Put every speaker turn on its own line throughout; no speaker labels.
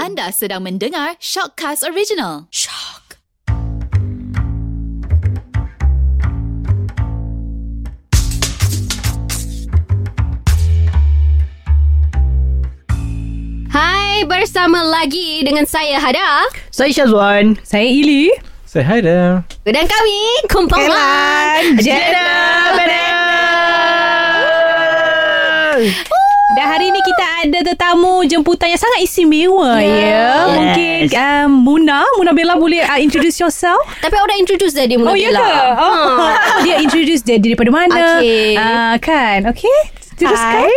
Anda sedang mendengar Shockcast Original. Shock.
Hai, bersama lagi dengan saya Hada
Saya Syazwan
Saya Ili
Say hi there.
dan kami Lah. Kumpulan.
Jana
Dan hari ni kita ada tetamu jemputan yang sangat istimewa ya. Yeah.
Yes.
Mungkin um, Muna, Muna Bella boleh uh, introduce yourself?
Tapi orang introduce dah dia mula Ah,
oh ya ke? Oh. dia introduce dia, dia daripada mana?
Okay.
Uh, kan? Okay. Teruskan.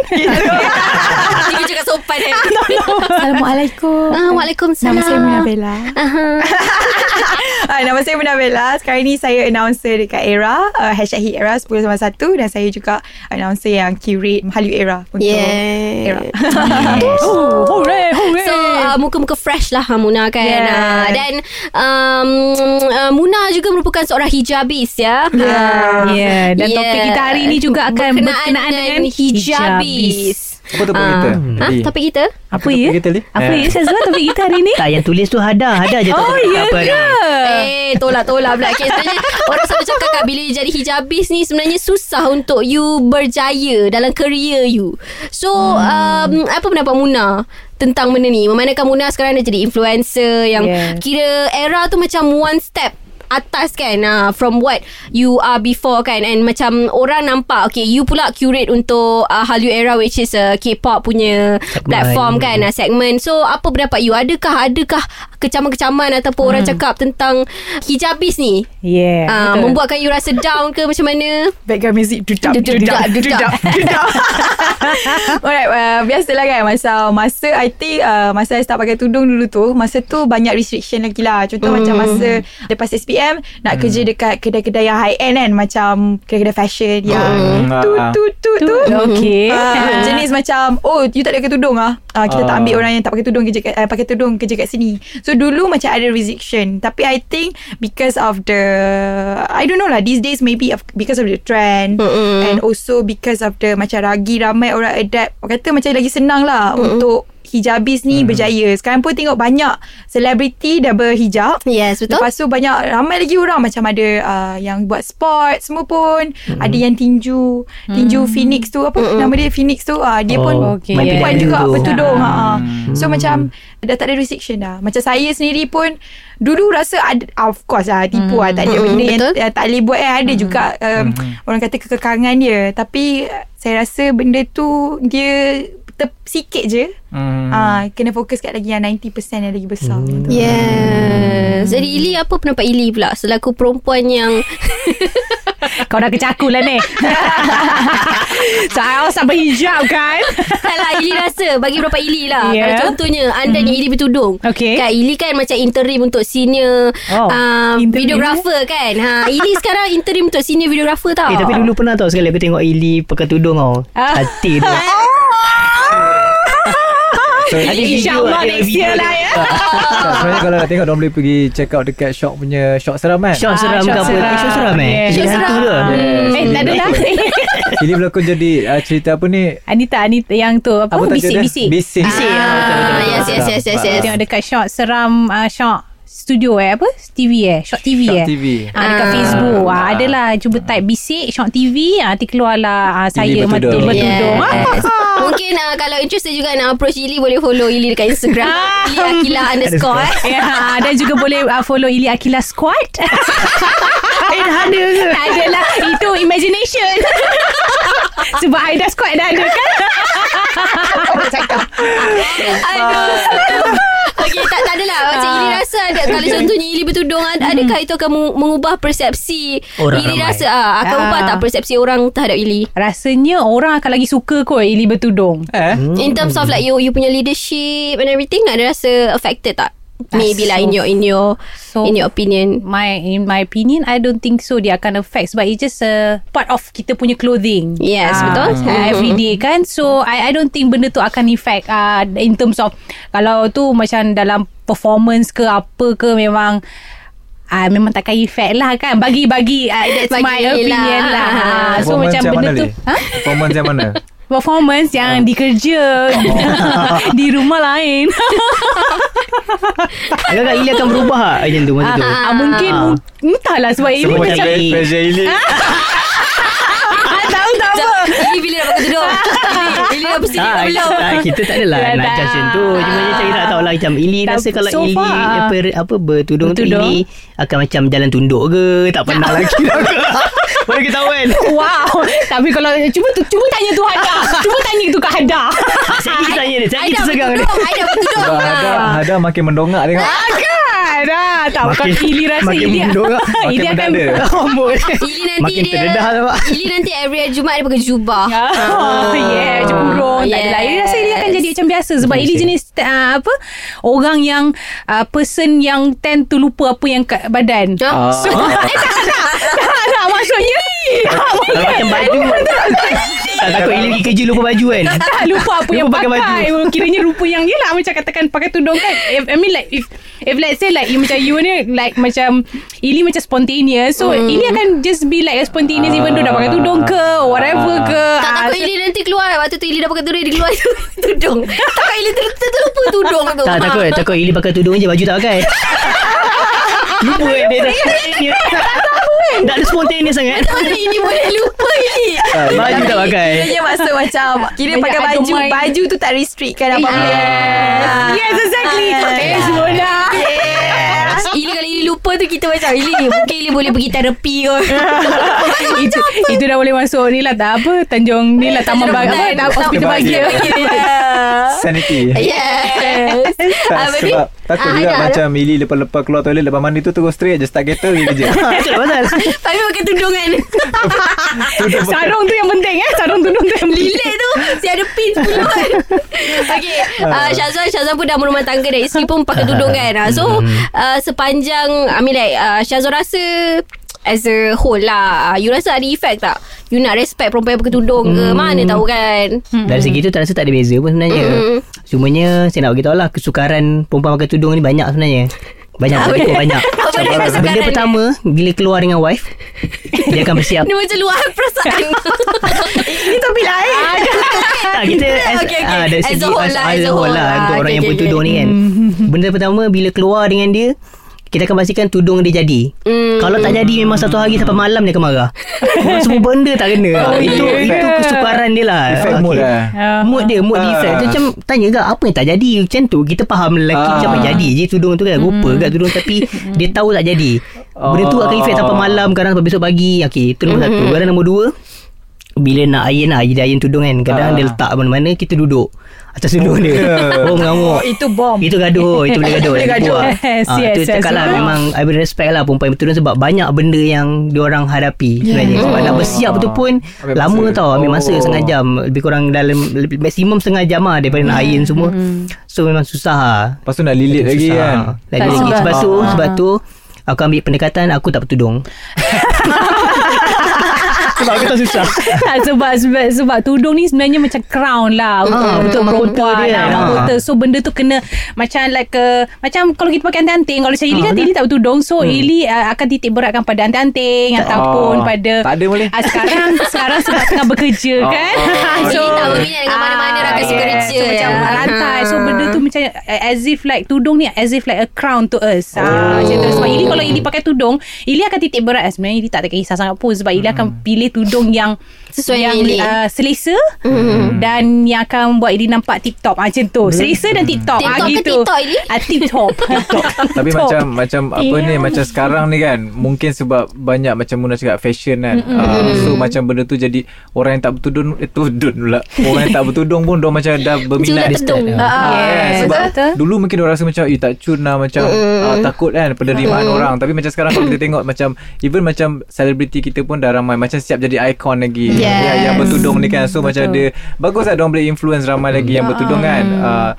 Dia juga sopan eh.
Assalamualaikum.
Ah, Waalaikumsalam.
Nama saya Muna Bella.
ah, Nama saya Muna Bella Sekarang ni saya announcer dekat ERA uh, Hashtag Hit ERA 10.1 Dan saya juga announcer yang curate Hallyu ERA Untuk
Yeah.
ERA
Oh, hooray, hooray.
So uh, muka-muka fresh lah ha, Muna kan
Yes.
uh, Dan um, uh, Muna juga merupakan seorang hijabis ya
Ya, yeah. dan yeah. topik kita hari ni juga akan berkenaan, dengan hijabis.
hijabis,
Apa topik
Ah.
kita?
Ha,
Li?
topik kita?
Apa ya?
Kita, Eh. Li?
Apa ya Syazwan topik kita hari ni?
Tak yang tulis tu Hada Hada je
Oh, ya ke?
kan?
Eh, tolak-tolak pula. Okay, sebenarnya orang selalu cakap kat bila you jadi hijabis ni sebenarnya susah untuk you berjaya dalam career you. So, um, apa pendapat Muna tentang benda ni? Memandangkan Muna sekarang dah jadi influencer yang
Yes.
kira era tu macam one step atas kan ah, from what you are before kan and macam orang nampak okay you pula curate untuk uh, Hallyu Era which is a K-pop punya platform kan ah, segmen so apa pendapat you adakah adakah kecaman-kecaman ataupun hmm. orang cakap tentang hijabis ni yeah,
Yeah.
uh,
Ya, betul.
membuatkan you rasa down ke macam mana
Background music Dudap
Dudap,
Dudap
dudap.
Dudap Dudap Alright uh, Biasalah kan Masa Masa I think uh, Masa I start pakai tudung dulu tu Masa tu Banyak restriction lagi lah Contoh mm. macam masa Lepas SPM Nak mm. kerja dekat Kedai-kedai yang high end kan Macam Kedai-kedai fashion Yang
Mm.
tu,
Ah.
tu tu
Tu,
tu
okay.
Ah, jenis macam Oh you tak ada pakai tudung ah Ah, Kita tak
Ah.
ambil orang yang tak pakai tudung kerja kat, uh, Pakai tudung kerja kat sini So dulu macam ada restriction Tapi I think Because of the I don't know lah These days maybe of, Because of the trend
Mm-mm.
And also because of the Macam lagi ramai orang adapt Orang kata macam lagi senang lah Untuk hijabis ni berjaya Sekarang pun tengok banyak Selebriti dah berhijab
yes betul
Lepas tu banyak ramai lagi orang macam ada uh, yang buat sport semua pun mm. ada yang tinju tinju Phoenix tu apa mm. nama dia Phoenix tu uh, dia oh, pun
okay,
perempuan
yeah.
juga
Bertudung.
bertudung
Ah.
ha. so macam dah tak ada restriction dah macam saya sendiri pun dulu rasa ada, of course lah tipu lah tak ada
Mm,
benda yang
betul.
uh, tak boleh buat kan ada juga um, orang kata kekekangan dia tapi uh, saya rasa benda tu dia ter, sikit je
Hmm.
Ah, kena fokus kat lagi yang 90% yang lagi besar mm.
Yes Jadi Ili apa pendapat Ili pula Selaku perempuan yang
Kau dah kecakul lah ni So I also berhijab kan
Tak lah Ili rasa Bagi berapa Ili lah yeah.
Yeah.
Kalau contohnya Anda mm. ni Ili bertudung
Ya. Hmm. Okay.
Kan Ili kan macam interim Untuk senior oh.
Oh,
uh,
interim
Videographer kan ha, Ili sekarang interim Untuk senior videographer tau
Eh tapi dulu pernah tau sekali aku tengok Ili pakai tudung tau.
Ah.
Hati tu.
So,
Ada video,
InsyaAllah
ada
next
video
year
dia.
lah ya
Ah. tak, sebenarnya kalau nak tengok, diorang boleh pergi check out dekat shop punya shop seram kan?
Syok
Ah,
seram
syok
ke apa?
seram.
Eh, Syok seram eh?
Yeah.
Jadi
Syok
hantu
seram.
ke?
Yes.
Eh tak ada lah
Ini berlakon jadi ah, cerita apa ni?
Anita Anita yang tu Apa,
tajuk dia?
bisik-bisik
Bisik.
Oh, Bisik, ah, betul, betul, betul. yes, yes, yes, yes, yes.
Tengok dekat shot Seram uh, shot Studio eh Apa TV eh Shot TV
Shop
eh
TV.
Ah, dekat
Ah.
Facebook ah,
Ah.
Adalah Cuba type bisik Shot TV ah, Nanti keluarlah ah, Saya mati
bertudung.
bertudung
Yes.
Ah.
Mungkin uh, kalau interested juga nak approach Ili boleh follow Ili dekat Instagram Ili Akilah underscore eh.
Ya, dan juga boleh uh, follow Ili Akila Squad.
Eh dah ada ke?
tak ada lah. Itu imagination. Sebab Aida Squad dah ada kan?
Aduh. Okey tak tak adalah macam
Ah.
Ili rasa ada kalau contohnya Ili bertudung ad- adakah
Hmm.
itu akan mu- mengubah persepsi
Orang
Ili
ramai.
rasa ah, akan
Ah.
ubah tak persepsi orang terhadap Ili
Rasanya orang akan lagi suka kot Ili bertudung.
Eh?
In terms of like you you punya leadership and everything ada rasa affected tak? Maybe lah in your in your
So-
in your opinion.
My in my opinion I don't think so dia akan affect sebab it's just a part of kita punya clothing.
Yes,
Ah,
betul.
ah, Every day kan. So I I don't think benda tu akan effect uh, in terms of kalau tu macam dalam performance ke apa ke memang Ah, memang takkan effect lah kan Bagi-bagi uh, That's
Bagi
my
lah.
opinion lah, lah. So
Performance
macam
yang
benda
ha?
mana,
tu
Li? Performance yang mana?
performance yang dikerja di rumah lain.
Agak-agak Ili akan berubah tak macam tu masa tu.
Ah, mungkin
Ah.
mu- entahlah sebab ini
Semua
macam
macam
pe- pressure Ili
ah, tahu tak apa.
Ini bila nak pakai tudung Ili- Ili dah bersini
Tak,
ke belum
tak, Ah, kita tak adalah
Tak,
nak
tak.
judge macam tu Cuma dia cakap tak tahu lah Macam Ili
Tak,
rasa kalau
so
Ili
far. ah.
apa, apa bertudung, tu
Bertudung.
Ili akan macam jalan tunduk ke Tak pernah lagi lah ke Baru kita tahu kan
Eh, Wow. Tapi kalau cuba tu cuba tanya tu Hada. cuba tanya tu kat Hada.
Ah, Saya kita tanya dia Saya
Aida
kita segang dia
bertudung Aida bertudung
Sebab
Ah.
Hada, Hada makin mendongak tengok.
Kan ah, tak
Makin-
makin, Ili rasa
makin
Ili
mendongak,
Makin
Ili akan
mendada.
Oh,
Ili nanti
Makin
dia
terdedah lah, Pak.
Ili nanti every hari Jumaat dia pakai jubah
Oh, yeah, macam burung tak ada lah. Ili rasa Ili akan
Yes.
jadi macam biasa sebab Ili jenis uh, apa orang yang uh, person yang tend to lupa apa yang kat badan.
Ah.
So, eh, tak, tak, tak, tak, tak, maksudnya tak,
Kalau macam baju Tak takut Ili pergi kerja lupa baju kan
tak, lupa apa
Lupa
yang
pakai
pakai,
baju.
kiranya rupa yang yelah macam katakan pakai tudung kan if, I mean like if if let's say like you macam you ni like macam Ili macam spontaneous so
Hmm.
Ili akan just be like spontaneous even though dah pakai tudung ke or whatever ke
Tak
Ah,
takut
so-
Ili nanti keluar Waktu tu Ili dah pakai tudung Dia keluar tu- tudung Takut Ili ter- ter- terlupa tudung tu
Tak takut Takut Ili pakai tudung je Baju tak pakai Lupa kan dia tak- Tak ada spontaneous sangat
Mana Ili boleh lupa Ili
Baju tak Ya, pakai
Dia maksud macam Kira
Banyak
pakai baju
aduan.
Baju tu tak restrictkan apa-apa
Yes exactly
Ah.
Eh Mona
Ili kalau Ili lupa tu Kita macam Ili Mungkin Ili boleh pergi terapi kot
itu, itu dah boleh masuk ni lah tak apa Tanjung ni lah Taman
Tanjung
Bahagia
Rambutan.
Apa Hospital Bahagia
Sanity.
Yes
Tak,
Habis Ah, ni?
sebab takut
Ah,
juga
Hada-
macam Ili lepas-lepas keluar toilet lepas mandi tu terus straight je start kereta pergi kerja.
Itulah pasal
Tapi pakai tudungan
Duduk pakai-
Sarung tu yang penting eh Sarung tudung tu yang penting
Lilit tu Si ada pin 10 kan Okay
Ah.
uh, Syazwan Syazwan pun dah berumah tangga dah Isteri pun pakai tudung kan Ah, So
Hmm.
uh, Sepanjang I mean like uh, Syazwan rasa As a whole lah ah, You rasa ada effect tak You nak respect perempuan yang pakai tudung ke
Hmm.
Mana tahu kan
Dari segi tu tak rasa tak ada beza pun sebenarnya
Mm-mm.
Cumanya saya nak beritahu lah Kesukaran perempuan pakai tudung ni banyak sebenarnya Banyak
Apa
tak cukup
dia?
banyak
Apa dia kesukaran
Benda
dia?
pertama Bila keluar dengan wife Dia akan
Hmm.
bersiap
Ni macam luar perasaan
Ini topik lain
tak, Kita as,
Okay, okay.
ah, dari
As a
segi
whole lah, as a whole lah.
Untuk
Ah,
orang
okay,
yang
okay,
pakai tudung ni kan Benda pertama Bila keluar dengan dia kita akan pastikan tudung dia jadi.
Mm.
Kalau tak jadi memang satu hari sampai malam dia akan marah. Bukan semua benda tak kena.
Oh,
itu itu kesukaran dia lah.
Effect
Okey.
mood lah.
Mood dia
Ah.
Mood defect Dia Macam tanya ke Apa yang tak jadi Macam tu Kita faham lelaki
Ah.
Macam apa jadi je Tudung tu kan Rupa
Hmm.
kat tudung Tapi dia tahu tak jadi Benda tu akan
Oh.
efek Sampai malam Kadang sampai besok pagi Okay Itu
Hmm.
nombor satu Kadang nombor dua bila nak ayin lah Dia ayin tudung kan
Ah.
Kadang dia letak mana-mana Kita duduk Atas tudung dia
Yeah.
Oh mengamuk
Itu bom
itu gaduh Itu boleh gaduh Boleh
gaduh. Yes, yes,
Itu
yes,
cakap lah
yes.
Memang I will respect lah Perempuan betul Sebab banyak benda yang Diorang hadapi Sebenarnya Sebab
Oh.
nak bersiap tu pun
Ambil
Lama
masa.
tau Ambil masa
Oh.
Setengah jam Lebih kurang dalam lebih, Maksimum setengah jam lah Daripada nak
Hmm.
iron semua So memang susah lah
Lepas tu nak lilit lagi
Susah.
kan.
Lagi
Tak
lagi
sebab- Ah,
Sebab tu Sebab tu Aku ambil pendekatan Aku tak bertudung Sebab aku tak susah
tak, sebab, sebab sebab tudung ni sebenarnya macam crown lah untuk,
Ah,
untuk
mahkota
perempuan
dia.
lah, mahkota. So benda tu kena macam like a, macam kalau kita pakai anting-anting kalau macam Ili kan Ili tak bertudung so Ili uh, akan titik beratkan pada anting-anting
Ah,
ataupun pada
tak ada boleh.
Ah, sekarang sekarang sebab tengah bekerja kan.
Ah,
Ili ah, tak berminat dengan mana-mana rakan suka kerja,
Ah, So macam
ya.
rantai. So benda tu macam uh, as if like tudung ni as if like a crown to us. Ah,
Oh.
macam tu. Sebab Ili kalau Ili pakai tudung, Ili akan titik berat. Sebenarnya Ili tak ada kisah sangat pun sebab Ili
Hmm.
akan pilih tudung yang
Sesuai
yang
dengan Ili. Hmm.
uh, selesa mm. dan yang akan buat Ili nampak tip top ah, macam tu. Selesa dan tip top.
Tip-top
ah,
ke
gitu.
tip-top, Ili?
Ah, tip top.
Tapi
Top.
macam macam apa ni
Yeah.
macam sekarang ni kan mungkin sebab banyak macam Muna cakap fashion kan. Uh, so macam benda tu jadi orang yang tak bertudung eh tudung pula. Orang yang tak bertudung pun dia macam dah berminat
Cuma tudung
Ya. Yes,
Yes,
sebab
Ah, betul.
dulu mungkin orang rasa macam Eh tak cun lah Macam uh, takut kan Penerimaan orang Tapi macam sekarang Kalau kita tengok macam Even macam Selebriti kita pun dah ramai Macam siap jadi ikon lagi
Yes.
Ya, Yang bertudung ni kan So macam ada Bagus lah Diorang boleh influence ramai lagi
Mm.
Yang bertudung
Ah.
kan uh,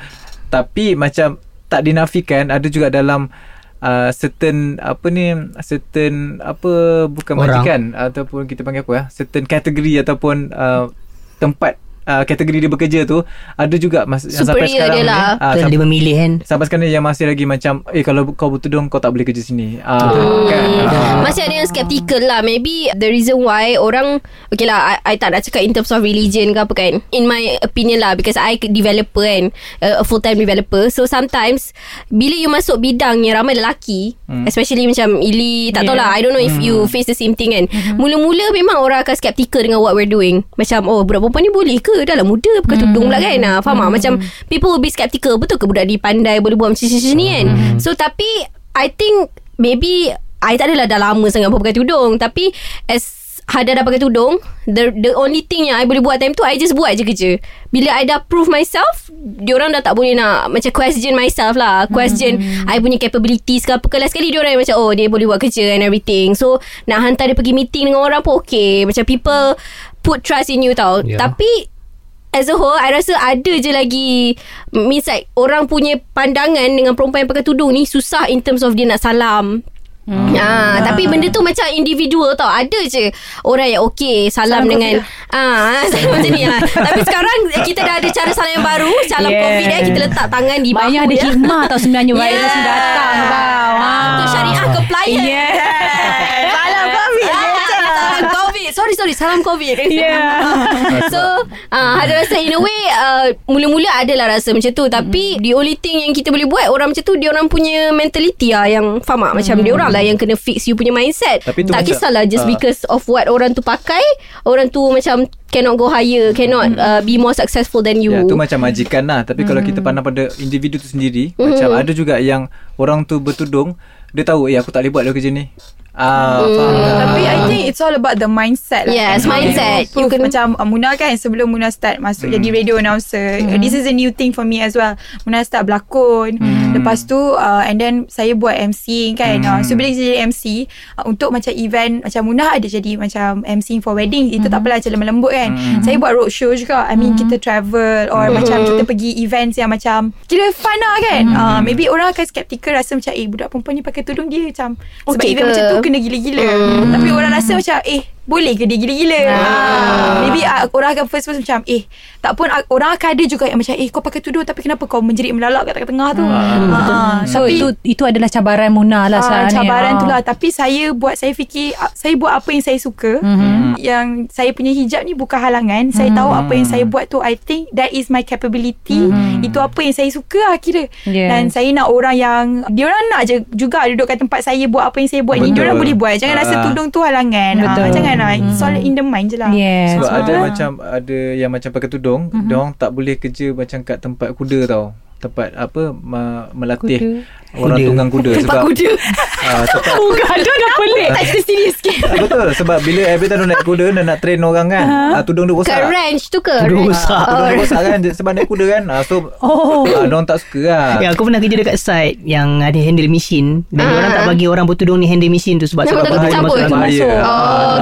Tapi macam Tak dinafikan Ada juga dalam Uh, certain apa ni certain apa bukan
Orang.
ah, majikan ataupun kita panggil apa ya certain kategori ataupun uh, ah, tempat uh, kategori dia bekerja tu ada juga mas, yang sampai
Superior
sekarang
dia
ni,
lah.
ah,
Betul,
sampai-
dia memilih kan
Sampai sekarang yang masih lagi macam Eh kalau kau bertudung Kau tak boleh kerja sini ah, Kan ah.
Masih ada yang skeptical lah Maybe the reason why Orang Okay lah I, I tak nak cakap In terms of religion ke apa kan In my opinion lah Because I developer kan uh, A full time developer So sometimes Bila you masuk bidang Yang ramai lelaki hmm. Especially macam Ili Tak yeah. tahulah I don't know if you Face the same thing kan Mula-mula memang orang akan skeptical Dengan what we're doing Macam oh budak perempuan ni boleh ke Dah lah muda Pakai tudung pula kan ah, Faham tak Macam people will be skeptical Betul ke budak ni pandai Boleh buat macam macam ni kan So tapi I think maybe I tak adalah dah lama sangat pun pakai tudung tapi as Hada dah pakai tudung the, the only thing yang I boleh buat time tu I just buat je kerja Bila I dah prove myself Diorang dah tak boleh nak Macam question myself lah Question hmm. I punya capabilities ke apa ke Last kali diorang yang macam Oh dia boleh buat kerja and everything So nak hantar dia pergi meeting dengan orang pun okay Macam people Put trust in you tau
Ya.
yeah. Tapi As a whole I rasa ada je lagi Means like Orang punya pandangan Dengan perempuan yang pakai tudung ni Susah in terms of Dia nak salam Hmm. Ah, tapi benda tu macam individual tau. Ada je orang yang okey salam, salam dengan ah salam macam ni lah. Tapi sekarang kita dah ada cara salam yang baru, salam
Yeah.
yeah. COVID eh kita letak tangan di bahu. ya.
Banyak ada hikmah tau sebenarnya virus ni datang. Wow.
Itu Ya. syariah ya. compliant. Yeah.
Salam COVID.
Salam COVID. Sorry sorry salam COVID.
Yeah.
So uh, Ada rasa in a way uh, Mula-mula adalah rasa macam tu
Mhm.
Tapi The only thing yang kita boleh buat Orang macam tu Dia orang punya mentality lah Yang faham tak Macam dia orang lah Yang kena fix you punya mindset
Mhm. Tapi tu
Tak
macam-
kisahlah Just
Ah.
because of what orang tu pakai Orang tu macam Cannot go higher Cannot uh, be more successful than you
Mhm. Ya, tu macam majikan lah. Tapi kalau kita pandang pada individu tu sendiri, macam ada juga yang orang tu bertudung, dia tahu, eh aku tak boleh buat lah kerja ni. Ah, faham tak?
Tapi I think it's all about the mindset lah.
Yes,
Macam
mindset.
you Proof, macam uh, Muna kan sebelum Muna start masuk jadi radio announcer.
Hmm.
This is a new thing for me as well. Muna start berlakon. Lepas tu uh, and then saya buat MC kan. Uh, so bila jadi MC uh, untuk macam event macam Muna ada jadi macam MC for wedding. Itu
Hmm.
tak apalah macam lembut kan. Saya buat road show juga. I mean kita travel or macam kita
Hmm.
pergi events yang macam kira fun lah kan. Uh, maybe orang akan skeptical rasa macam eh budak perempuan ni pakai tudung dia macam sebab
Okey
event
ke?
macam tu kena gila-gila Tapi orang rasa macam Eh boleh ke dia gila-gila ah. Maybe uh, orang akan first first macam Eh tak pun uh, orang akan ada juga yang macam Eh kau pakai tudung tapi kenapa kau menjerit melalak kat tengah-tengah tu ah.
Hmm.
So
Oh,
itu itu adalah cabaran Muna lah
Ah,
sekarang ni.
cabaran
Ah.
tu lah Tapi saya buat Saya fikir ah, Saya buat apa yang saya suka mm-hmm. Yang saya punya hijab ni Bukan halangan Saya tahu apa yang saya buat tu I think that is my capability mm-hmm. Itu apa yang saya suka lah kira
Yes.
Dan saya nak orang yang Dia orang nak je juga Duduk kat tempat saya Buat apa yang saya buat ni Dia orang
Betul.
boleh buat Jangan rasa
Ah.
tudung tu halangan
Betul.
ah, Jangan lah It's all in the mind je lah
Yes.
Sebab ada
Ah.
macam ada yang macam pakai tudung, mm-hmm. dia orang tak boleh kerja macam kat tempat kuda tau. Tempat apa ma- melatih kuda. orang
Kuda.
tunggang kuda sebab kuda. Ah, tempat
Bukan tu dah pelik.
Tak cerita serius sikit Eh, Betul Sebab bila every time dia naik kuda Dia nak train orang kan uh-huh. Tudung dia rosak
Kat ranch tu ke? Ranch?
Tudung rosak.
Tudung dia
Ha? Oh,
rosak kan Sebab naik kuda kan Ah, So oh. Diorang tak suka lah
Ya aku pernah kerja dekat site Yang ada handle mesin Dan
Ah.
orang tak bagi orang bertudung ni handle mesin tu Sebab
Nama
sebab
tak
bahaya
tercampur.
masuk dalam-
Bahaya
Oh, kan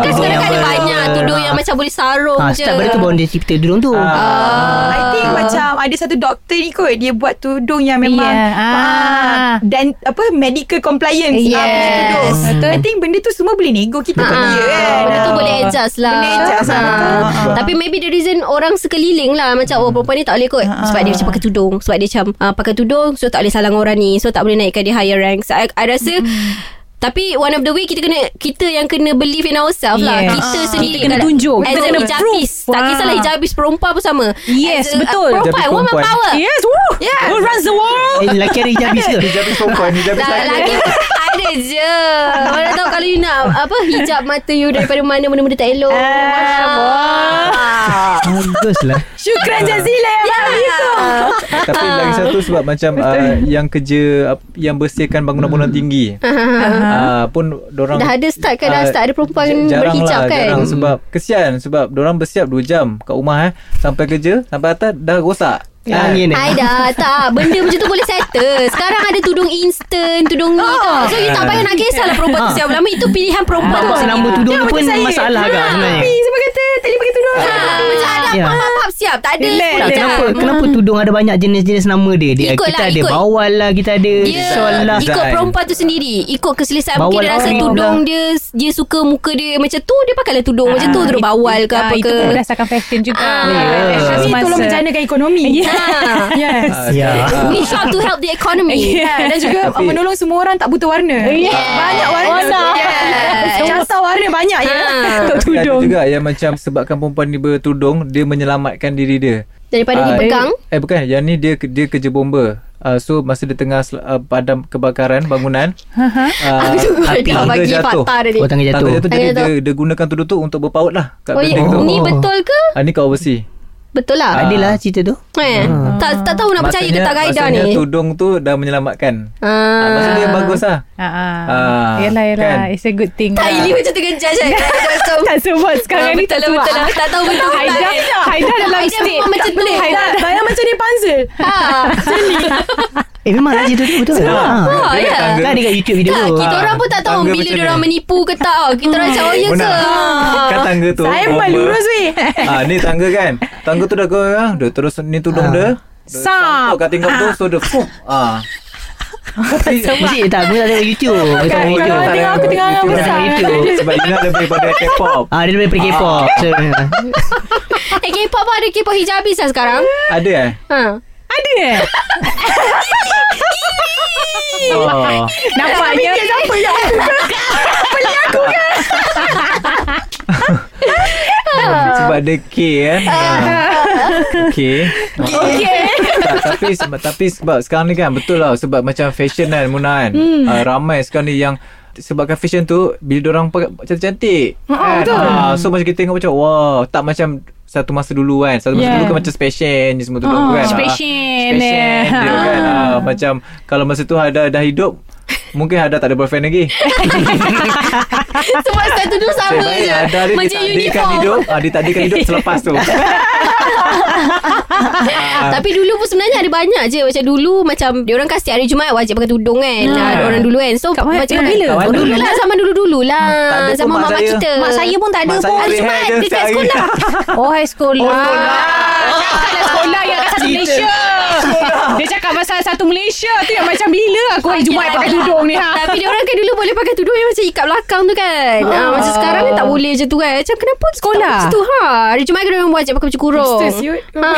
Tudung
sekarang
yang
kan ada
ber-
banyak tudung yang macam boleh sarung
Ah,
je.
start pada tu baru dia cipta tudung tu
Ah.
I think macam ada satu doktor ni kot dia buat tudung yang memang
Yeah, ah.
ah. dan apa medical compliance ah, punya
Yes.
tudung. I think benda tu semua boleh nego kita kat
Ah,
dia kan.
Benda tu boleh adjust lah
Boleh adjust lah,
Ah.
betul. Ah.
Tapi maybe the reason Orang sekeliling lah Macam oh perempuan ni tak boleh kot
Ah,
Sebab dia macam pakai tudung Sebab dia macam ah, Pakai tudung So tak boleh salang orang ni So tak boleh naikkan dia higher rank so, I, I rasa
Hmm.
Tapi one of the way kita kena kita yang kena believe in ourselves lah.
Yes.
Kita sendiri
kena
kalau-
tunjuk.
As
Kita
a
kena
hijabis.
proof.
Tak
Ah.
kisahlah hijabis perempuan pun sama.
Yes,
As a,
betul.
Uh, perempuan,
Hijabis
woman
perempuan.
power.
Yes. Woo.
Yes.
Who runs the world?
Eh lelaki ada hijabis ke?
Hijabi perempuan Hijabi
Lah,
saya
lagi ada je. Mana tahu kalau you nak apa hijab mata you daripada mana benda-benda tak elok. Ah.
Bagus lah
Syukran jazilan.
Ya.
Ah.
Tapi lagi satu sebab macam uh, Yang kerja uh, Yang bersihkan bangunan-bangunan
Hmm.
tinggi uh, Pun dorang
Dah ada start kan, dah
ah,
start ada perempuan
ja- jarang
berhijab
lah,
kan?
Jarang
Hmm.
sebab Kesian sebab dorang bersiap 2 jam Kat rumah eh Sampai kerja Sampai atas dah rosak
Ah.
Angin eh
I dah tak Benda macam tu boleh settle Sekarang ada tudung instant Tudung ni tau So you tak payah nak kisahlah Perempuan tu siapa lama Itu pilihan perempuan tu
Nampak
sendiri.
nombor tudung tu pun masalah agak sebenarnya Ah,
Tapi siapa kata tak boleh pakai tudung.
Ah, Macam ada
Ya.
pap-pap siap Tak ada
Relax,
pula
relax.
Kenapa
macam-
kenapa tudung ada banyak jenis-jenis nama dia? dia
Hmm. Ikut
kita
lah,
ada
ikut.
bawal lah, kita ada
dia
sol lah.
ikut
Design.
perempuan tu sendiri Ikut keselesaan Mungkin
Bawal
dia rasa
orang
tudung
lah.
dia Dia suka muka dia Macam tu Dia pakailah tudung Macam tu
Ah,
Terus
it-
bawal ke
ah,
apa
Itu
ke
pun berdasarkan fashion juga
Ah.
Ah,
Yeah.
Tapi
fashion
tolong
semasa.
menjanakan ekonomi
Ah.
Yes
Ya.
ah,
We shop to help the economy
Yeah, dan juga ah,
Tapi-
menolong semua orang tak buta warna.
Oh,
Yeah.
Banyak warna.
Warna.
Yeah. Carta warna banyak ya.
Oh, Ah.
Untuk
Tapi ada
tudung.
juga yang macam sebabkan perempuan ni bertudung dia menyelamatkan diri dia.
Daripada
Ah,
dipegang
Eh, eh bukan, yang ni dia ke- dia kerja bomba. Uh, so masa dia tengah sel- uh, padam kebakaran bangunan,
Aku
uh,
tunggu
api.
dia bagi
Tangga jatuh.
fakta tadi
Oh, tangga
jatuh.
jatuh.
jatuh jadi
Tangan
dia, dia gunakan tudung tu untuk berpaut lah kat
Oh, ya,
benteng tu.
ni betul ke?
Ah, ni kat overseas.
Betul lah.
Adalah cerita tu.
Eh, tak tak tahu nak percaya ke tak Gaida
Ah. maksudnya
ni.
tudung tu dah menyelamatkan. Ah.
Ah.
maksudnya bagus lah.
Ah, ah.
Ah,
Yelah yelah
kan?
It's a good thing
Tak
lah.
Ili macam tengah judge kan. Macam-
Tak sebut Sekarang
Ah,
ni
betul
tak
lah,
sebut
betul lah. Tak tahu betul ke
Haida
tak.
Haida dalam
Haida
state
memang macam tu.
Haida
Saya macam dia panzel.
Ha.
Eh memang lah cerita tu betul. Ha.
Ha, ya.
Kan ada kat YouTube video
Tak,
tu.
kita
Ah,
orang pun tak tahu
tangga
bila
macam
dia orang
mana?
menipu ke tak. tau. Kita orang macam oh ya ke? Ha.
Benar. Kan tangga tu.
Saya memang
bomba.
lurus weh.
Ah ni tangga kan. Tangga tu dah ke ah, dia terus ni tudung dia. Dia
Sap.
Sampuk kat tingkap tu so dia fuh. Ah. Oh, Tapi
Mesti tak Aku tak tengok YouTube
Kan,
Aku tak tengok
Kalau
YouTube
tengok aku tengah
Kita
besar.
tengok YouTube. Sebab Ina lebih daripada K-pop.
Ah, dia daripada K-pop so,
Kan?
Eh K-pop pun ada K-pop hijabis lah sekarang.
Ada eh?
Ha.
Ada eh
Oh.
Nampaknya
Sebab dia K kan. Okay. Tak, tapi sebab tapi sebab sekarang ni kan betul lah sebab macam fashion kan Muna kan. Ah, ramai sekarang ni yang sebabkan fashion tu bila orang pakai cantik-cantik. kan?
betul.
Ah, so macam kita tengok macam wow, tak macam satu masa dulu kan. Satu masa
Yeah.
dulu kan macam special je semua tu dulu kan. Ah,
special,
special
eh.
dia kan. Ah, macam kalau masa tu ada dah hidup Mungkin ada tak ada boyfriend lagi.
Sebab satu dulu
Saya
sama
baik
je.
ada dia
Ah, Macam
ditakdirkan
uniform.
hidup. Ah, ditakdirkan hidup selepas tu. Ah.
Tapi dulu pun sebenarnya ada banyak je Macam dulu Macam diorang kasi hari Jumaat Wajib pakai tudung kan
Ha.
ha. Orang dulu kan So
Kat mana-
macam
kat bila?
Ah. Kat mana?
Dulu lah Zaman dulu-dulu lah
Tak ada pun
Zaman
mak
mak-mak
saya.
kita
Mak saya
pun tak
ada Mak saya pun.
Hari
boleh
Jumaat
handle
Dia kat
setiap hari. Ah.
sekolah
Oh high sekolah Oh Cakaplah sekolah yang kat satu Malaysia Dia cakap pasal satu Malaysia Tu yang macam bila Aku hari Jumaat pakai tudung ni ha.
Tapi diorang kan dulu Boleh pakai tudung Yang macam ikat belakang tu kan ha. Macam sekarang ni tak boleh je tu kan Macam kenapa
Ah. Sekolah?
tak, macam tu ha Hari Jumaat kena orang wajib pakai baju kurung
Sister siut.
ha.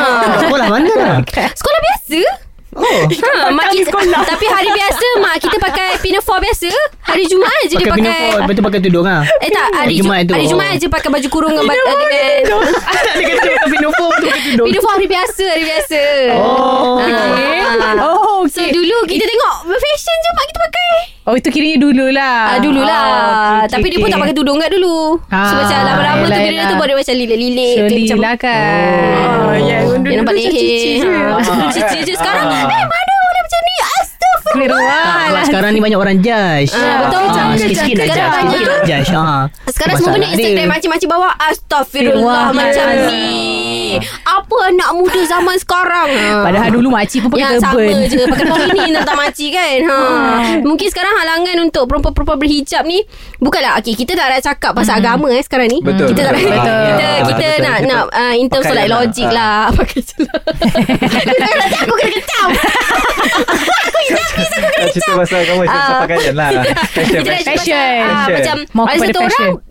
Sekolah mana lah
Sekolah biasa Oh, ha, mak kita, tapi hari biasa mak kita pakai pinafore biasa. Hari Jumaat je dia pakai
Pakai pinafore Lepas tu pakai tudung lah
Eh tak hari Jumaat
Jumaat
tu.
tu.
Hari
Oh.
Jumaat je pakai baju kurung dengan baju dengan
Tak ada kata pakai pinafore Tu pakai tudung
uniform hari biasa, hari biasa.
Oh
okay.
Oh
So dulu kita tengok fashion je mak kita pakai.
Oh itu kiranya dululah
Ah, dululah. Okay, Tapi dia pun tak pakai tudung kat dulu. so
Ah,
macam lama-lama tu
yelah,
bila dia tu
yelah.
baru macam lilit-lilit
Surely
tu
lah
macam
kan
Oh, yes.
dia nampak leher. Ha, macam cici je sekarang. Eh mana boleh macam ni? Astagfirullah.
Keliru lah.
Sebab sekarang ni banyak orang judge
Ah, betul.
Ah,
Judge,
Sikit-sikit nak
judge.
judge
Sekarang
Sikit nak judge ah.
Sekarang semua
Masalah
benda Instagram
dia.
Macam-macam bawa Astagfirullah
Wah,
Macam
yes.
ni Apa anak muda zaman sekarang
Padahal dulu makcik pun pakai
yang
turban Ah.
sama je Pakai bikini tentang makcik kan ha. Mungkin sekarang halangan Untuk perempuan-perempuan berhijab ni Bukanlah okay, Kita tak nak cakap
Hmm.
Pasal agama eh sekarang ni
Betul,
Kita tak nak
betul,
Kita,
betul.
kita
Betul,
nak,
betul.
nak uh, In terms of like
Pakaian lah.
logic
Ah.
lah Pakai celana Nanti aku kena kecam
Tak cerita pasal kamu cerita pasal
Ah.
pakaian lah. Fashion,
Kita nak
fashion.
cerita
Fashion.
pasal, ah,
Fashion.
Macam
Mau
Ada
kepada
satu
fashion.
orang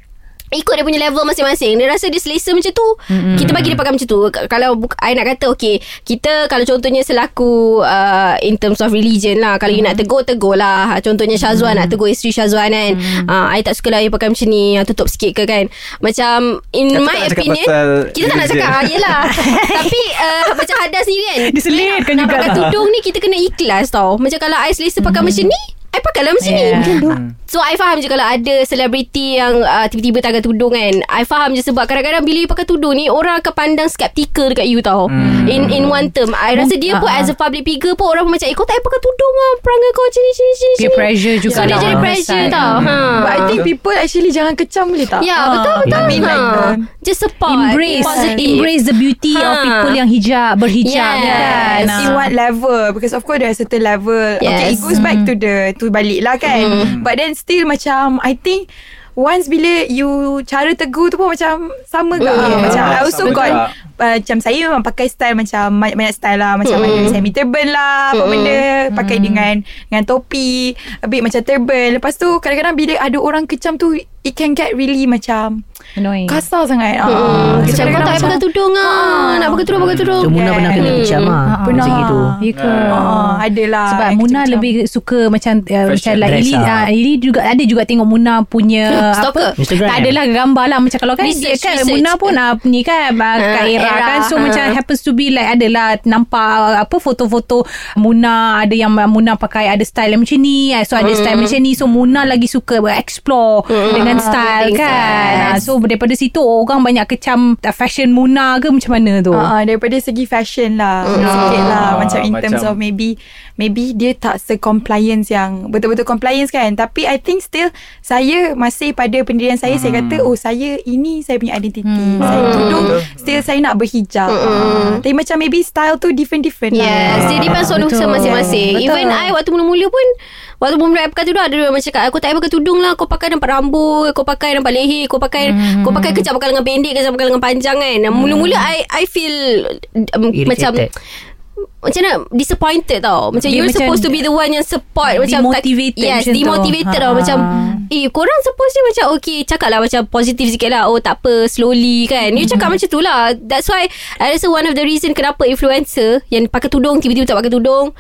Ikut dia punya level masing-masing Dia rasa dia selesa macam tu mm-hmm. Kita bagi dia pakai macam tu K- Kalau buk- I nak kata Okay Kita kalau contohnya selaku uh, In terms of religion lah Kalau you nak tegur Tegur lah Contohnya Syazwan mm-hmm. Nak tegur isteri Syazwan kan mm-hmm. uh, I tak suka lah You pakai macam ni ah, Tutup sikit ke kan Macam In
Kita
my
tak nak cakap
opinion
pasal
Kita tak nak
religion.
cakap ah, Yelah Tapi uh, Macam Hadas sendiri kan
Dia selitkan
Nak
juga
pakai tudung ni Kita kena ikhlas tau Macam kalau I selesa pakai macam ni I pakailah macam
Yeah.
ni So I faham je Kalau ada selebriti yang uh, Tiba-tiba tak pakai tudung kan I faham je sebab Kadang-kadang bila you pakai tudung ni Orang akan pandang skeptical dekat you tau In in one term I rasa dia pun
Ah, ah.
As a public figure pun Orang pun macam Eh kau tak payah pakai tudung lah Perangai kau macam ni Sini sini
Peer
sini
pressure juga
So dia
lah
jadi
orang
pressure
side.
tau ha.
But I think people actually jangan kecam boleh tak?
Ya betul betul
I mean,
ha.
like, um,
Just support
Embrace
Positive
Embrace the beauty
Ha.
Of people yang hijab Berhijab
Yes.
kan?
Yes.
Ah.
in what level because of course there are certain level okay
Yes.
it goes back to the tu balik lah kan but then still macam I think Once bila you cara tegur tu pun macam sama ke Ah,
Mm.
macam I also
Sama
got
juga.
uh, macam saya memang pakai style macam banyak-banyak style lah macam mm. ada semi turban lah apa mm. benda pakai dengan dengan topi a bit macam turban lepas tu kadang-kadang bila ada orang kecam tu it can get really macam
Hmm.
Annoying.
kasar sangat Ah, so
Macam kau
kadang-kadang
tak payah pakai tudung ah. Nak pakai tudung pakai tudung.
So Muna pernah kena
Yeah.
kecam lah
Ha, Ah,
Pernah.
Macam gitu
Ya ke?
Ah, ada lah
Sebab
Yang
Muna
kecam-kecam.
lebih suka macam uh, macam
Fashion.
like
Dress
Ili,
up.
uh, Ili juga ada juga tengok Muna punya
Stalker.
apa
Instagram.
tak adalah gambar lah macam kalau kan
Research,
dia kan
research.
Muna pun uh, ni kan uh,
Ha,
Kak Era
Era.
kan so
Ha.
macam happens to be like adalah nampak apa foto-foto Muna ada yang Muna pakai ada style yang macam ni uh, so ada style
Hmm.
macam ni so Muna lagi suka explore dengan
Ah,
style
things,
kan so daripada situ orang banyak kecam uh, fashion Muna ke macam mana tu
Ah.
Uh, daripada segi fashion lah mm. sikit lah
Ah,
macam in
macam-
terms of maybe maybe dia tak se-compliance yang betul-betul compliance kan tapi I think still saya masih pada pendirian saya saya kata oh saya ini saya punya identity saya tudung still saya nak berhijab Ah, tapi macam maybe style tu different-different
Yes,
lah
dia depends on usaha masing-masing.
Betul.
Even I waktu mula-mula pun waktu mula-mula I pakai tudung ada orang macam cakap aku tak payah pakai tudung lah kau pakai nampak rambut, kau pakai nampak leher, kau pakai
Hmm.
kau pakai kejap pakai lengan pendek, kejap pakai lengan panjang kan. Nah, Mula-mula I I feel um,
Irritated.
macam macam mana disappointed tau Macam
Dia
you're
macam
supposed to be the one Yang support macam tak-
demotivated
Yes
macam tu.
demotivated tau
Ha.
Macam Eh korang supposed to Macam okay Cakap lah macam Positif sikit lah Oh tak apa Slowly kan You
Mhm.
cakap macam tu lah That's why I rasa one of the reason Kenapa influencer Yang pakai tudung Tiba-tiba tak pakai tudung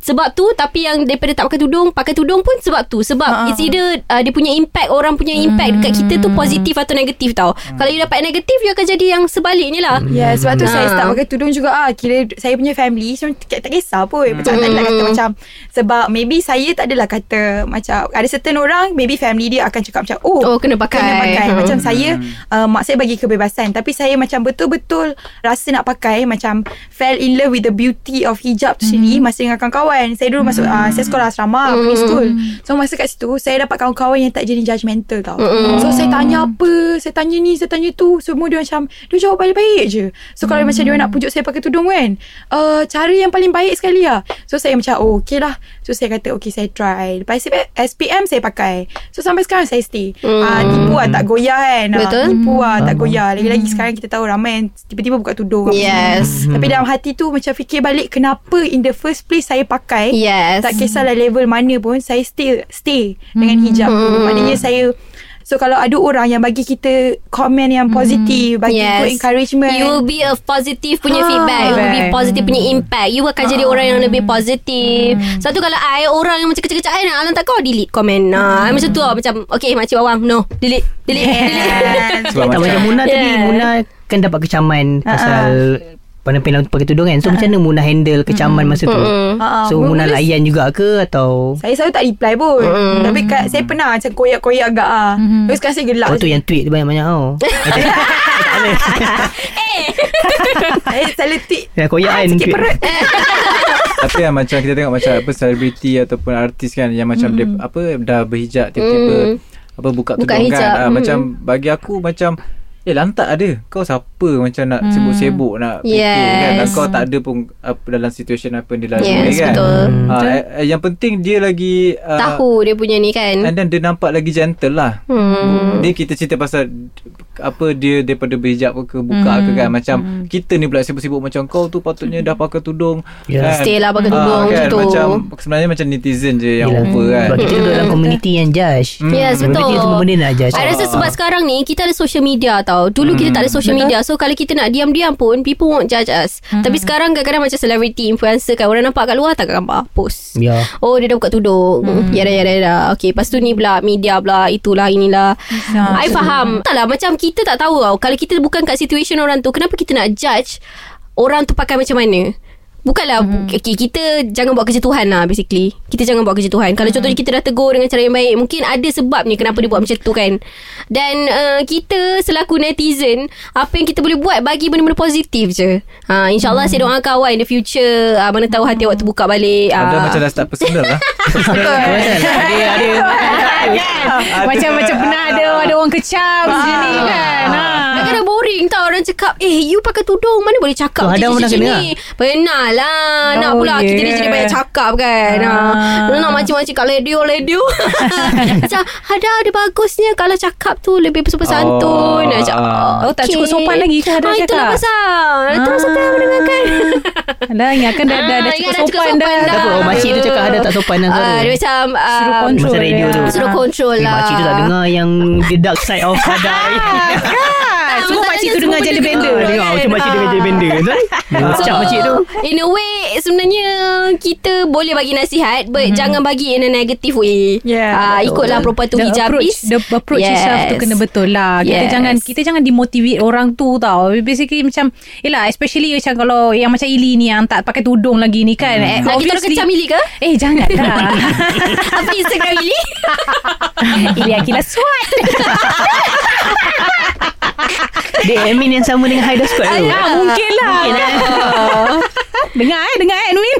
sebab tu Tapi yang daripada tak pakai tudung Pakai tudung pun sebab tu
Ah.
Sebab It's either uh, Dia punya impact Orang punya impact Dekat kita
Hmm.
tu Positif atau negatif tau Kalau you dapat negatif You akan jadi yang sebaliknya lah
Ya yeah, sebab tu
Ah.
saya start pakai tudung juga ah Kira saya punya family so, tak, tak kisah pun Macam tak adalah kata macam Sebab maybe saya tak adalah kata Macam ada certain orang Maybe family dia akan cakap macam
Oh
Oh,
kena pakai
Kena pakai
Hmm.
Macam saya uh, Mak saya bagi kebebasan Tapi saya macam betul-betul Rasa nak pakai Macam Fell in love with the beauty Of hijab tu sendiri Masa dengan kawan-kawan Saya dulu masuk uh, Saya sekolah asrama Pergi school So masa kat situ Saya dapat kawan-kawan Yang tak jadi judgemental tau So saya tanya apa Saya tanya ni Saya tanya tu Semua dia macam Dia jawab baik-baik je So kalau macam
Hmm.
dia nak pujuk saya Pakai tudung kan uh, Cara yang paling baik sekali lah So saya macam Oh okay lah So saya kata Okay saya try Lepas SPM saya pakai So sampai sekarang saya stay mm. uh, Tipu lah tak goyah kan Ah,
Hmm. Betul. Hmm.
Tipu lah tak goyah Lagi-lagi sekarang kita tahu Ramai yang tiba-tiba buka tudung
Yes Hmm.
Tapi dalam hati tu Macam fikir balik Kenapa in the first place Saya pakai
Yes
tak kisahlah level mana pun Saya still stay Dengan hijab tu Maknanya saya So kalau ada orang yang bagi kita Komen yang positif Bagi yes. good encouragement Hmm.
You will be a positive punya
Ha.
feedback You will be
Right.
positive punya impact You akan jadi
Ah.
orang yang lebih positif
Hmm.
Sebab tu kalau I Orang yang macam kecil-kecil I nak alam tak kau delete komen nah, I macam tu
Hmm.
lah Macam okay makcik bawang No delete Delete, delete.
Sebab
Kan Tak macam Muna tadi
Yeah.
Muna kan dapat kecaman Pasal Pandai-pandai pakai tudung kan So macam mana Muna handle kecaman masa tu
Ah,
So Muna
mula-mula
layan juga ke Atau
Saya selalu tak reply pun mm. Tapi kat, saya pernah macam koyak-koyak agak ah. Mm. Terus sekarang saya gelak
Oh tu yang tweet tu banyak-banyak oh. tau
Saya selalu tik
Yang koyak kan
Sikit
tweet.
perut
Tapi yang macam kita tengok macam apa selebriti ataupun artis kan yang macam dia apa dah berhijab tiba-tiba apa buka
Hmm. Buka
tudung
hijab.
kan. Ah,
Mm.
Macam bagi aku macam Eh lantak ada Kau siapa Macam nak sibuk-sibuk Nak fikir kan Dan
Hmm. Yes.
Kau tak ada pun apa, Dalam situation apa yang dia lalui
Yes,
kan
betul.
Ah, eh, eh, Yang penting dia lagi ah,
Tahu dia punya ni kan
And then dia nampak lagi gentle lah hmm. Dia kita cerita pasal Apa dia daripada berhijab ke, ke Buka hmm. ke kan Macam hmm. kita ni pula sibuk-sibuk Macam kau tu patutnya dah pakai tudung
Ya.
Stay lah pakai
Ah,
tudung macam tu.
Macam Sebenarnya macam netizen je yang
Yelah.
over kan Hmm.
Sebab kita duduk dalam community yang judge
Hmm. Yes
Community
betul
semua benda nak judge
I rasa sebab sekarang ni Kita ada social media tau Dulu kita
Hmm.
tak ada social media So kalau kita nak diam-diam pun People won't judge us Tapi
Hmm.
sekarang kadang-kadang Macam celebrity influencer kan Orang nampak kat luar Tak gambar post
Ya
Oh dia dah buka tudung hmm. Yada yada yada Okay lepas tu ni pula Media pula Itulah inilah I faham Tak lah macam kita tak tahu tau Kalau kita bukan kat situation orang tu Kenapa kita nak judge Orang tu pakai macam mana Bukanlah hmm. okay, Kita jangan buat kerja Tuhan lah Basically Kita jangan buat kerja Tuhan Kalau contohnya kita dah tegur Dengan cara yang baik Mungkin ada sebabnya Kenapa dia buat macam tu kan Dan uh, kita Selaku netizen Apa yang kita boleh buat Bagi benda-benda positif je Hmm. ha, InsyaAllah saya doakan kawan In the future uh, Mana ah, tahu hati awak terbuka balik
Anda
Ah.
macam dah start personal lah
Dia ada
Kan? Macam macam pernah ada
Ah.
ada orang kecam di sini kan. Ha.
Kadang-kadang boring tau Orang cakap Eh you pakai tudung Mana boleh cakap
Oh, Adam
macam
pernah
macam
kena
ni? Pernah lah Nak
Oh,
pula yeah. Kita ni
yeah.
jadi banyak cakap kan ha.
Ah.
Nak macam-macam kat radio radio Macam Ada ada bagusnya Kalau cakap tu Lebih bersantun
Oh,
Macam,
ah.
Oh, tak cukup sopan lagi ke Adam
Ah, Itulah
cakap?
pasal Terus apa yang mendengarkan
Dah ingatkan dah, dah, dah
Ah,
cukup
ingat dah cukup sopan dah.
sopan dah.
Tak apa oh, Makcik tu cakap ada tak sopan lah
Ah, Dia
suara
macam ah,
Suruh control
Masa radio
dia.
tu.
Suruh control
Eh,
lah
makcik tu tak dengar yang The dark side of Hadai
Ah,
Tak,
Semua
masalahnya
pakcik tu
semua
dengar
benda
jadi
dengar.
blender.
Ah, Tengok macam makcik dia jadi benda tu Macam makcik tu
In a way Sebenarnya Kita boleh bagi nasihat But mm-hmm. jangan bagi In a negative way
Yeah.
Ah, Ikutlah
Mhm. The
perpatuhi
approach,
jabis
the approach yes. yourself tu kena betul lah. Kita
Yes.
jangan kita jangan demotivate orang tu tau. Basically macam yelah especially macam kalau yang macam Ili ni yang tak pakai tudung lagi ni kan. Eh,
Hmm. Nak kita orang
obviously-
kecam Ili ke?
Eh jangan lah.
Apa Instagram Ili?
Ili Akila swat.
Dia admin yang sama dengan Haida Squad tu
Ah, mungkin lah.
lah.
dengar eh, dengar eh, Nuin.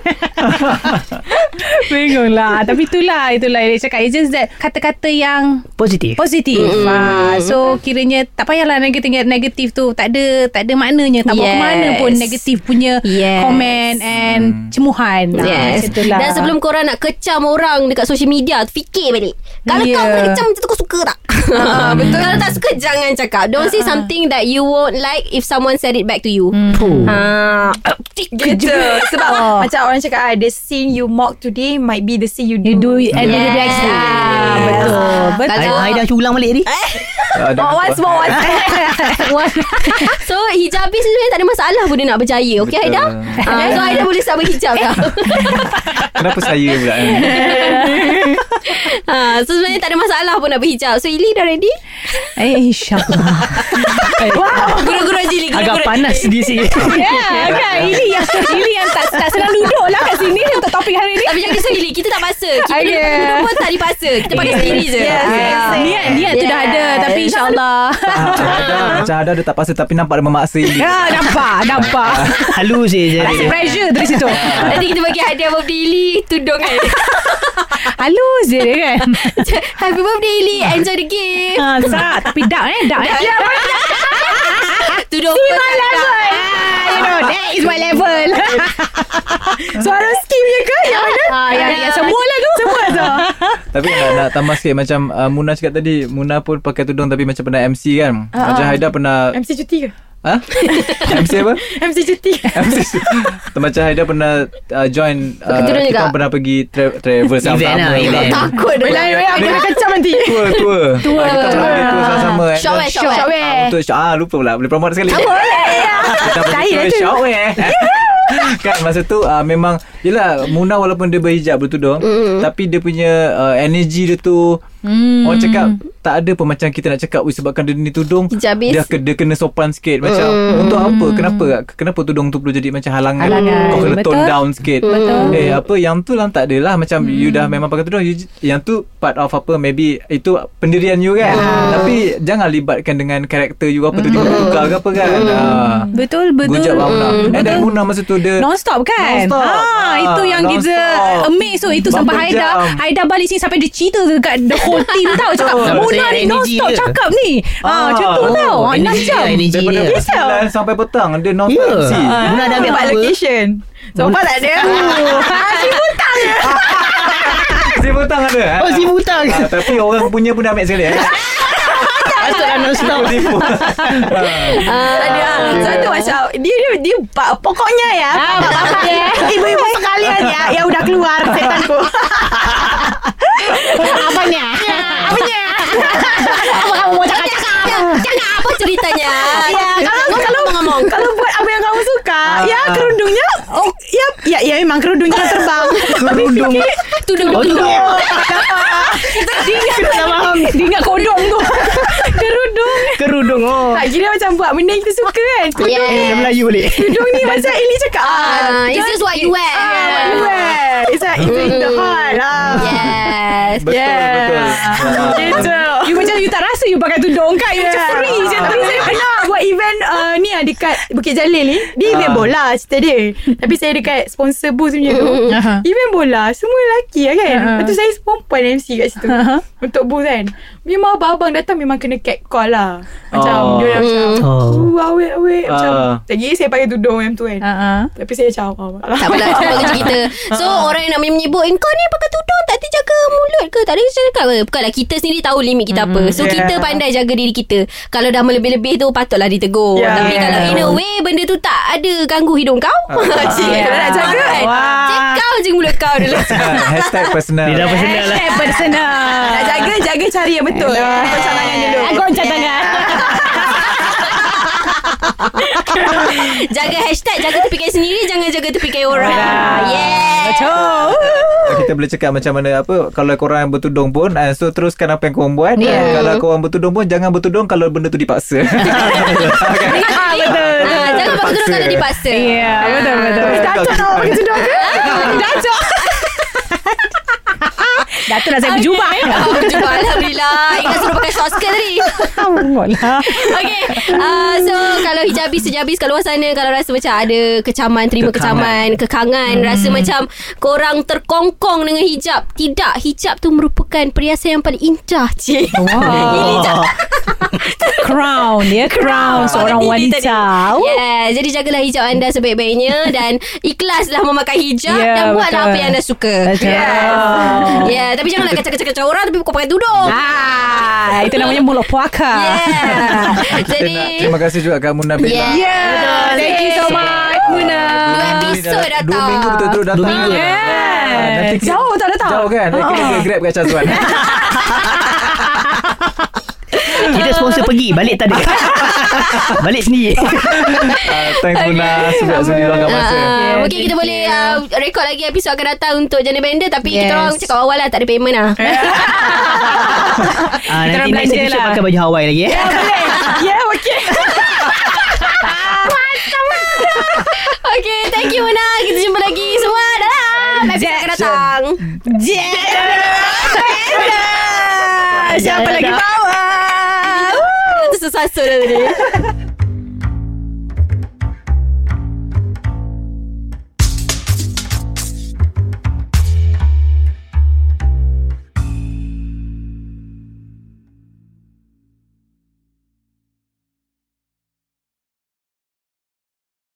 Bingung lah. Tapi itulah, itulah dia cakap. It's just that kata-kata yang
Positif
positif. Mm. Ah, so kiranya tak payahlah negatif negatif tu tak ada tak ada maknanya tak
Yes.
yes. mana pun negatif punya
Yes.
komen and cemuhan. Ah,
Yes
macam tu lah.
Dan sebelum korang nak kecam orang Dekat social media Fikir balik Kalau
Yeah.
yeah. kau nak kecam Macam tu kau suka tak? Ah, Betul Kalau tak suka Jangan cakap Don't say
Uh-uh.
something That you won't like If someone said it back to you
Hmm.
Puh.
Hmm. Ah,
Gitu Sebab Macam orang cakap ah, The scene you mock today Might be the scene you do
you do it and
Yes.
yes. the next day. Ah, betul. Betul.
Hai- Haida cuba ulang balik ni
Eh.
Ah, dah
More once
lupa.
More once
So hijabis ni sebenarnya tak ada masalah pun dia nak berjaya. Okey
Betul.
Aida? Uh, so Aida boleh start berhijab dah.
Kenapa saya pula eh?
uh, so sebenarnya tak ada masalah pun nak berhijab. So Ili dah ready?
Eh, insyaAllah.
Guru-guru je Ili. Guru-guru.
Eh, Agak panas di sini
Ya, kan? Ini yang ini yang tak tak senang duduk lah kat sini untuk topik hari ni.
Tapi jangan kisah Ili. Kita tak paksa. Kita
Okay.
yeah. pun tak dipaksa. Kita pakai sendiri je.
Yes, yes,
Ah.
yes.
Niat niat tu dah ada
Yes.
tapi insyaAllah.
Macam Ah, ada Macam ada Dia tak pasal Tapi nampak dia memaksa ini
Ya, nampak, nampak.
Halus je je.
Rasa pressure tu di situ.
Nanti kita bagi hadiah birthday Ili tudung kan.
Halus je dia kan.
Happy birthday Ili. Enjoy the game.
Ha, tak, tapi dark eh, dark eh.
Tudung pun tak ada.
Ah, you know, that is my level. Suara skim je ke? Yang mana? Ah,
ya,
yang, yang semua lah tu. Semua tu.
Tapi nak, nak tambah sikit Macam uh, Muna cakap tadi Muna pun pakai tudung Tapi macam pernah MC kan
Ah,
Macam Haida pernah
MC cuti ke?
Ha? MC apa?
MC cuti
MC Macam Haida pernah uh, join
Pakai
uh,
tudung
Kita
juga?
orang pernah pergi tra- Travel
Event
sama-sama
lah, event.
Takut dah.
Belah aku nak kecam nanti
Tua Tua Tua Kita pernah pergi tour sama-sama and
Shopware,
then-
shopware.
Ah,
Eh.
Untuk show Ah lupa pula Boleh promote sekali Apa Kita pergi tour shopware eh. Kan masa tu uh, Memang Yelah Muna walaupun dia berhijab Bertudung mm. Tapi dia punya uh, Energy dia tu mm. Orang cakap Tak ada pun macam kita nak cakap "Ui, Sebabkan dia ni tudung
Hijabis.
Dia, ke- dia kena sopan sikit Macam mm. Untuk apa Kenapa Kenapa tudung tu perlu jadi Macam halangan,
Halangan.
Kau kena tone
Betul.
down sikit
Betul.
Eh apa Yang tu lah tak adalah Macam you dah memang pakai tudung you, j- Yang tu part of apa Maybe Itu pendirian you kan Tapi Jangan libatkan dengan Karakter you apa tu Dia tukar ke apa kan Ah.
Betul, betul. Mm.
Gojak Mauna And then Muna Eh, masa tu dia
Non-stop kan
Non-stop.
ha,
Ah,
Itu yang kita
non-stop.
Amazed tu Itu
Berapa
sampai Haida
jam?
Haida balik sini Sampai dia cerita Dekat the whole team tau Cakap
Betul.
Mona
Saya
ni
energy
non-stop
dia.
cakap ni ha,
Ah.
Macam tu
Oh,
tau Ha, enam
energy
jam
dia, energy
Daripada
dia.
pukul 9 sampai petang Dia non-stop
Ya.
MC
Ah.
Muna dah ambil
Tempat
apa?
location So far tak ada
Si petang ada eh?
Oh si butang.
Ah, Tapi orang punya pun dah ambil sekali eh?
Patut lah non stop.
Tipu
Tak ada ah. So tu macam Dia dia, dia pa- Pokoknya ya Bapak-bapak ya Ibu-ibu sekalian ya Yang udah keluar Setanku
Apanya Apanya Apa kamu mau cakap
Jangan apa ceritanya.
Ya Kalau kalau ngomong Kalau buat apa yang kamu suka Ya kerudungnya Oh ya Ya, ya memang kerudungnya kan terbang
Kerudung.
Tudung
Oh tu.
Dia ingat kodong tu Kerudung
Kerudung oh.
Ah,
Tak kira macam buat benda yang kita suka kan
Eh, Melayu balik.
Kerudung ni macam Ili cakap
Ah, ya. it's just what you wear.
Ah, well, It's like It's in the heart lah
Yes.
Betul betul Ah.
Gitu
You macam you tak rasa You pakai tudung kan You macam
Yeah.
free je
Tapi saya pernah buat event uh, ni lah lah dekat Bukit Jalil ni Dia event
Ah.
bola cerita dia Tapi saya dekat sponsor booth punya tu Event bola Semua lelaki lah kan Lepas tu saya perempuan MC kat situ Untuk booth kan Memang abang-abang datang memang kena cat call lah Macam
Oh.
dia orang macam
Hmm.
Oh.
Oh awet awet Macam
Ah.
Lagi saya pakai tudung macam tu kan
Uh-huh.
Tapi saya macam oh, maaf lah.
Tak apalah Semua kerja kita So orang yang nak menyebut "Eh, Kau ni pakai tudung Tak terjaga mulut ke Tak ada yang cakap apa Bukanlah kita sendiri tahu Limit kita apa So
Yeah.
kita pandai jaga diri kita Kalau dah melebih-lebih tu Patutlah ditegur
Yeah.
Tapi
Yeah.
kalau in a way Benda tu tak ada Ganggu hidung kau Cik
Yeah.
Kalau nak jaga kan
Wah.
Cik kau je mulut kau dulu
Ah. Hashtag personal
Dia dah personal lah
Hashtag personal.
Nak jaga Jaga cari yang betul Macam tangan dulu
Aku macam tangan.
Jaga hashtag Jaga tepi kain sendiri Jangan jaga tepi kain orang Yeah
Betul.
Kita boleh cakap macam mana apa Kalau korang yang bertudung pun uh, So teruskan apa yang korang buat yeah. Kalau korang bertudung pun Jangan bertudung Kalau benda tu dipaksa
Ah, betul.
Ah, Jangan pakai tudung Kalau
Dipaksa.
dipaksa
Ya, betul betul.
Dacok tau Pakai tudung ke Dacok
Dah tu lah saya berjubah.
Oh, jumpa Alhamdulillah Ingat suruh pakai short skirt tadi
Alhamdulillah.
Okay uh, So kalau hijabis Hijabis kat luar sana Kalau rasa macam ada Kecaman Terima kecaman
Kekangan.
Kekangan hmm. Rasa macam Korang terkongkong dengan hijab Tidak Hijab tu merupakan Perhiasan yang paling indah Cik
Wow.
Oh.
crown ya, crown seorang wanita.
Yeah, jadi jagalah hijab anda sebaik-baiknya dan ikhlaslah memakai hijab
Yeah,
dan buatlah
betul.
apa yang anda suka.
Yes.
Yeah, tapi janganlah kacau-kacau orang tapi kau pakai tudung.
Ah, itu namanya mulut puaka.
Yeah.
Kita
jadi
nak, Terima kasih juga Kak Muna Bella
Yeah.
Yeah. Thank you so much, Muna.
Dua
Ini
episod
dah-
datang.
Dua minggu betul-betul datang
Dua minggu.
Ah, nanti kita-
Jauh tak datang.
Jauh kan Nanti Kita grab kat Syazwan
Kita sponsor pergi Balik tak ada Balik sendiri
Ah, Thanks Muna Sebab sudi luangkan masa
Uh, mungkin
thank
kita boleh uh, record lagi episod akan datang untuk Jana Bender tapi yes. kita
Yes.
orang cakap awal lah tak ada payment lah.
ah,
Kita
Nanti
orang
next
belanja
episode
lah.
pakai baju Hawaii lagi eh
Yeah okay
okay, thank you Mona. Kita jumpa lagi semua dalam episod akan datang.
Siapa lagi
Ah, Itu sesasul dah tadi.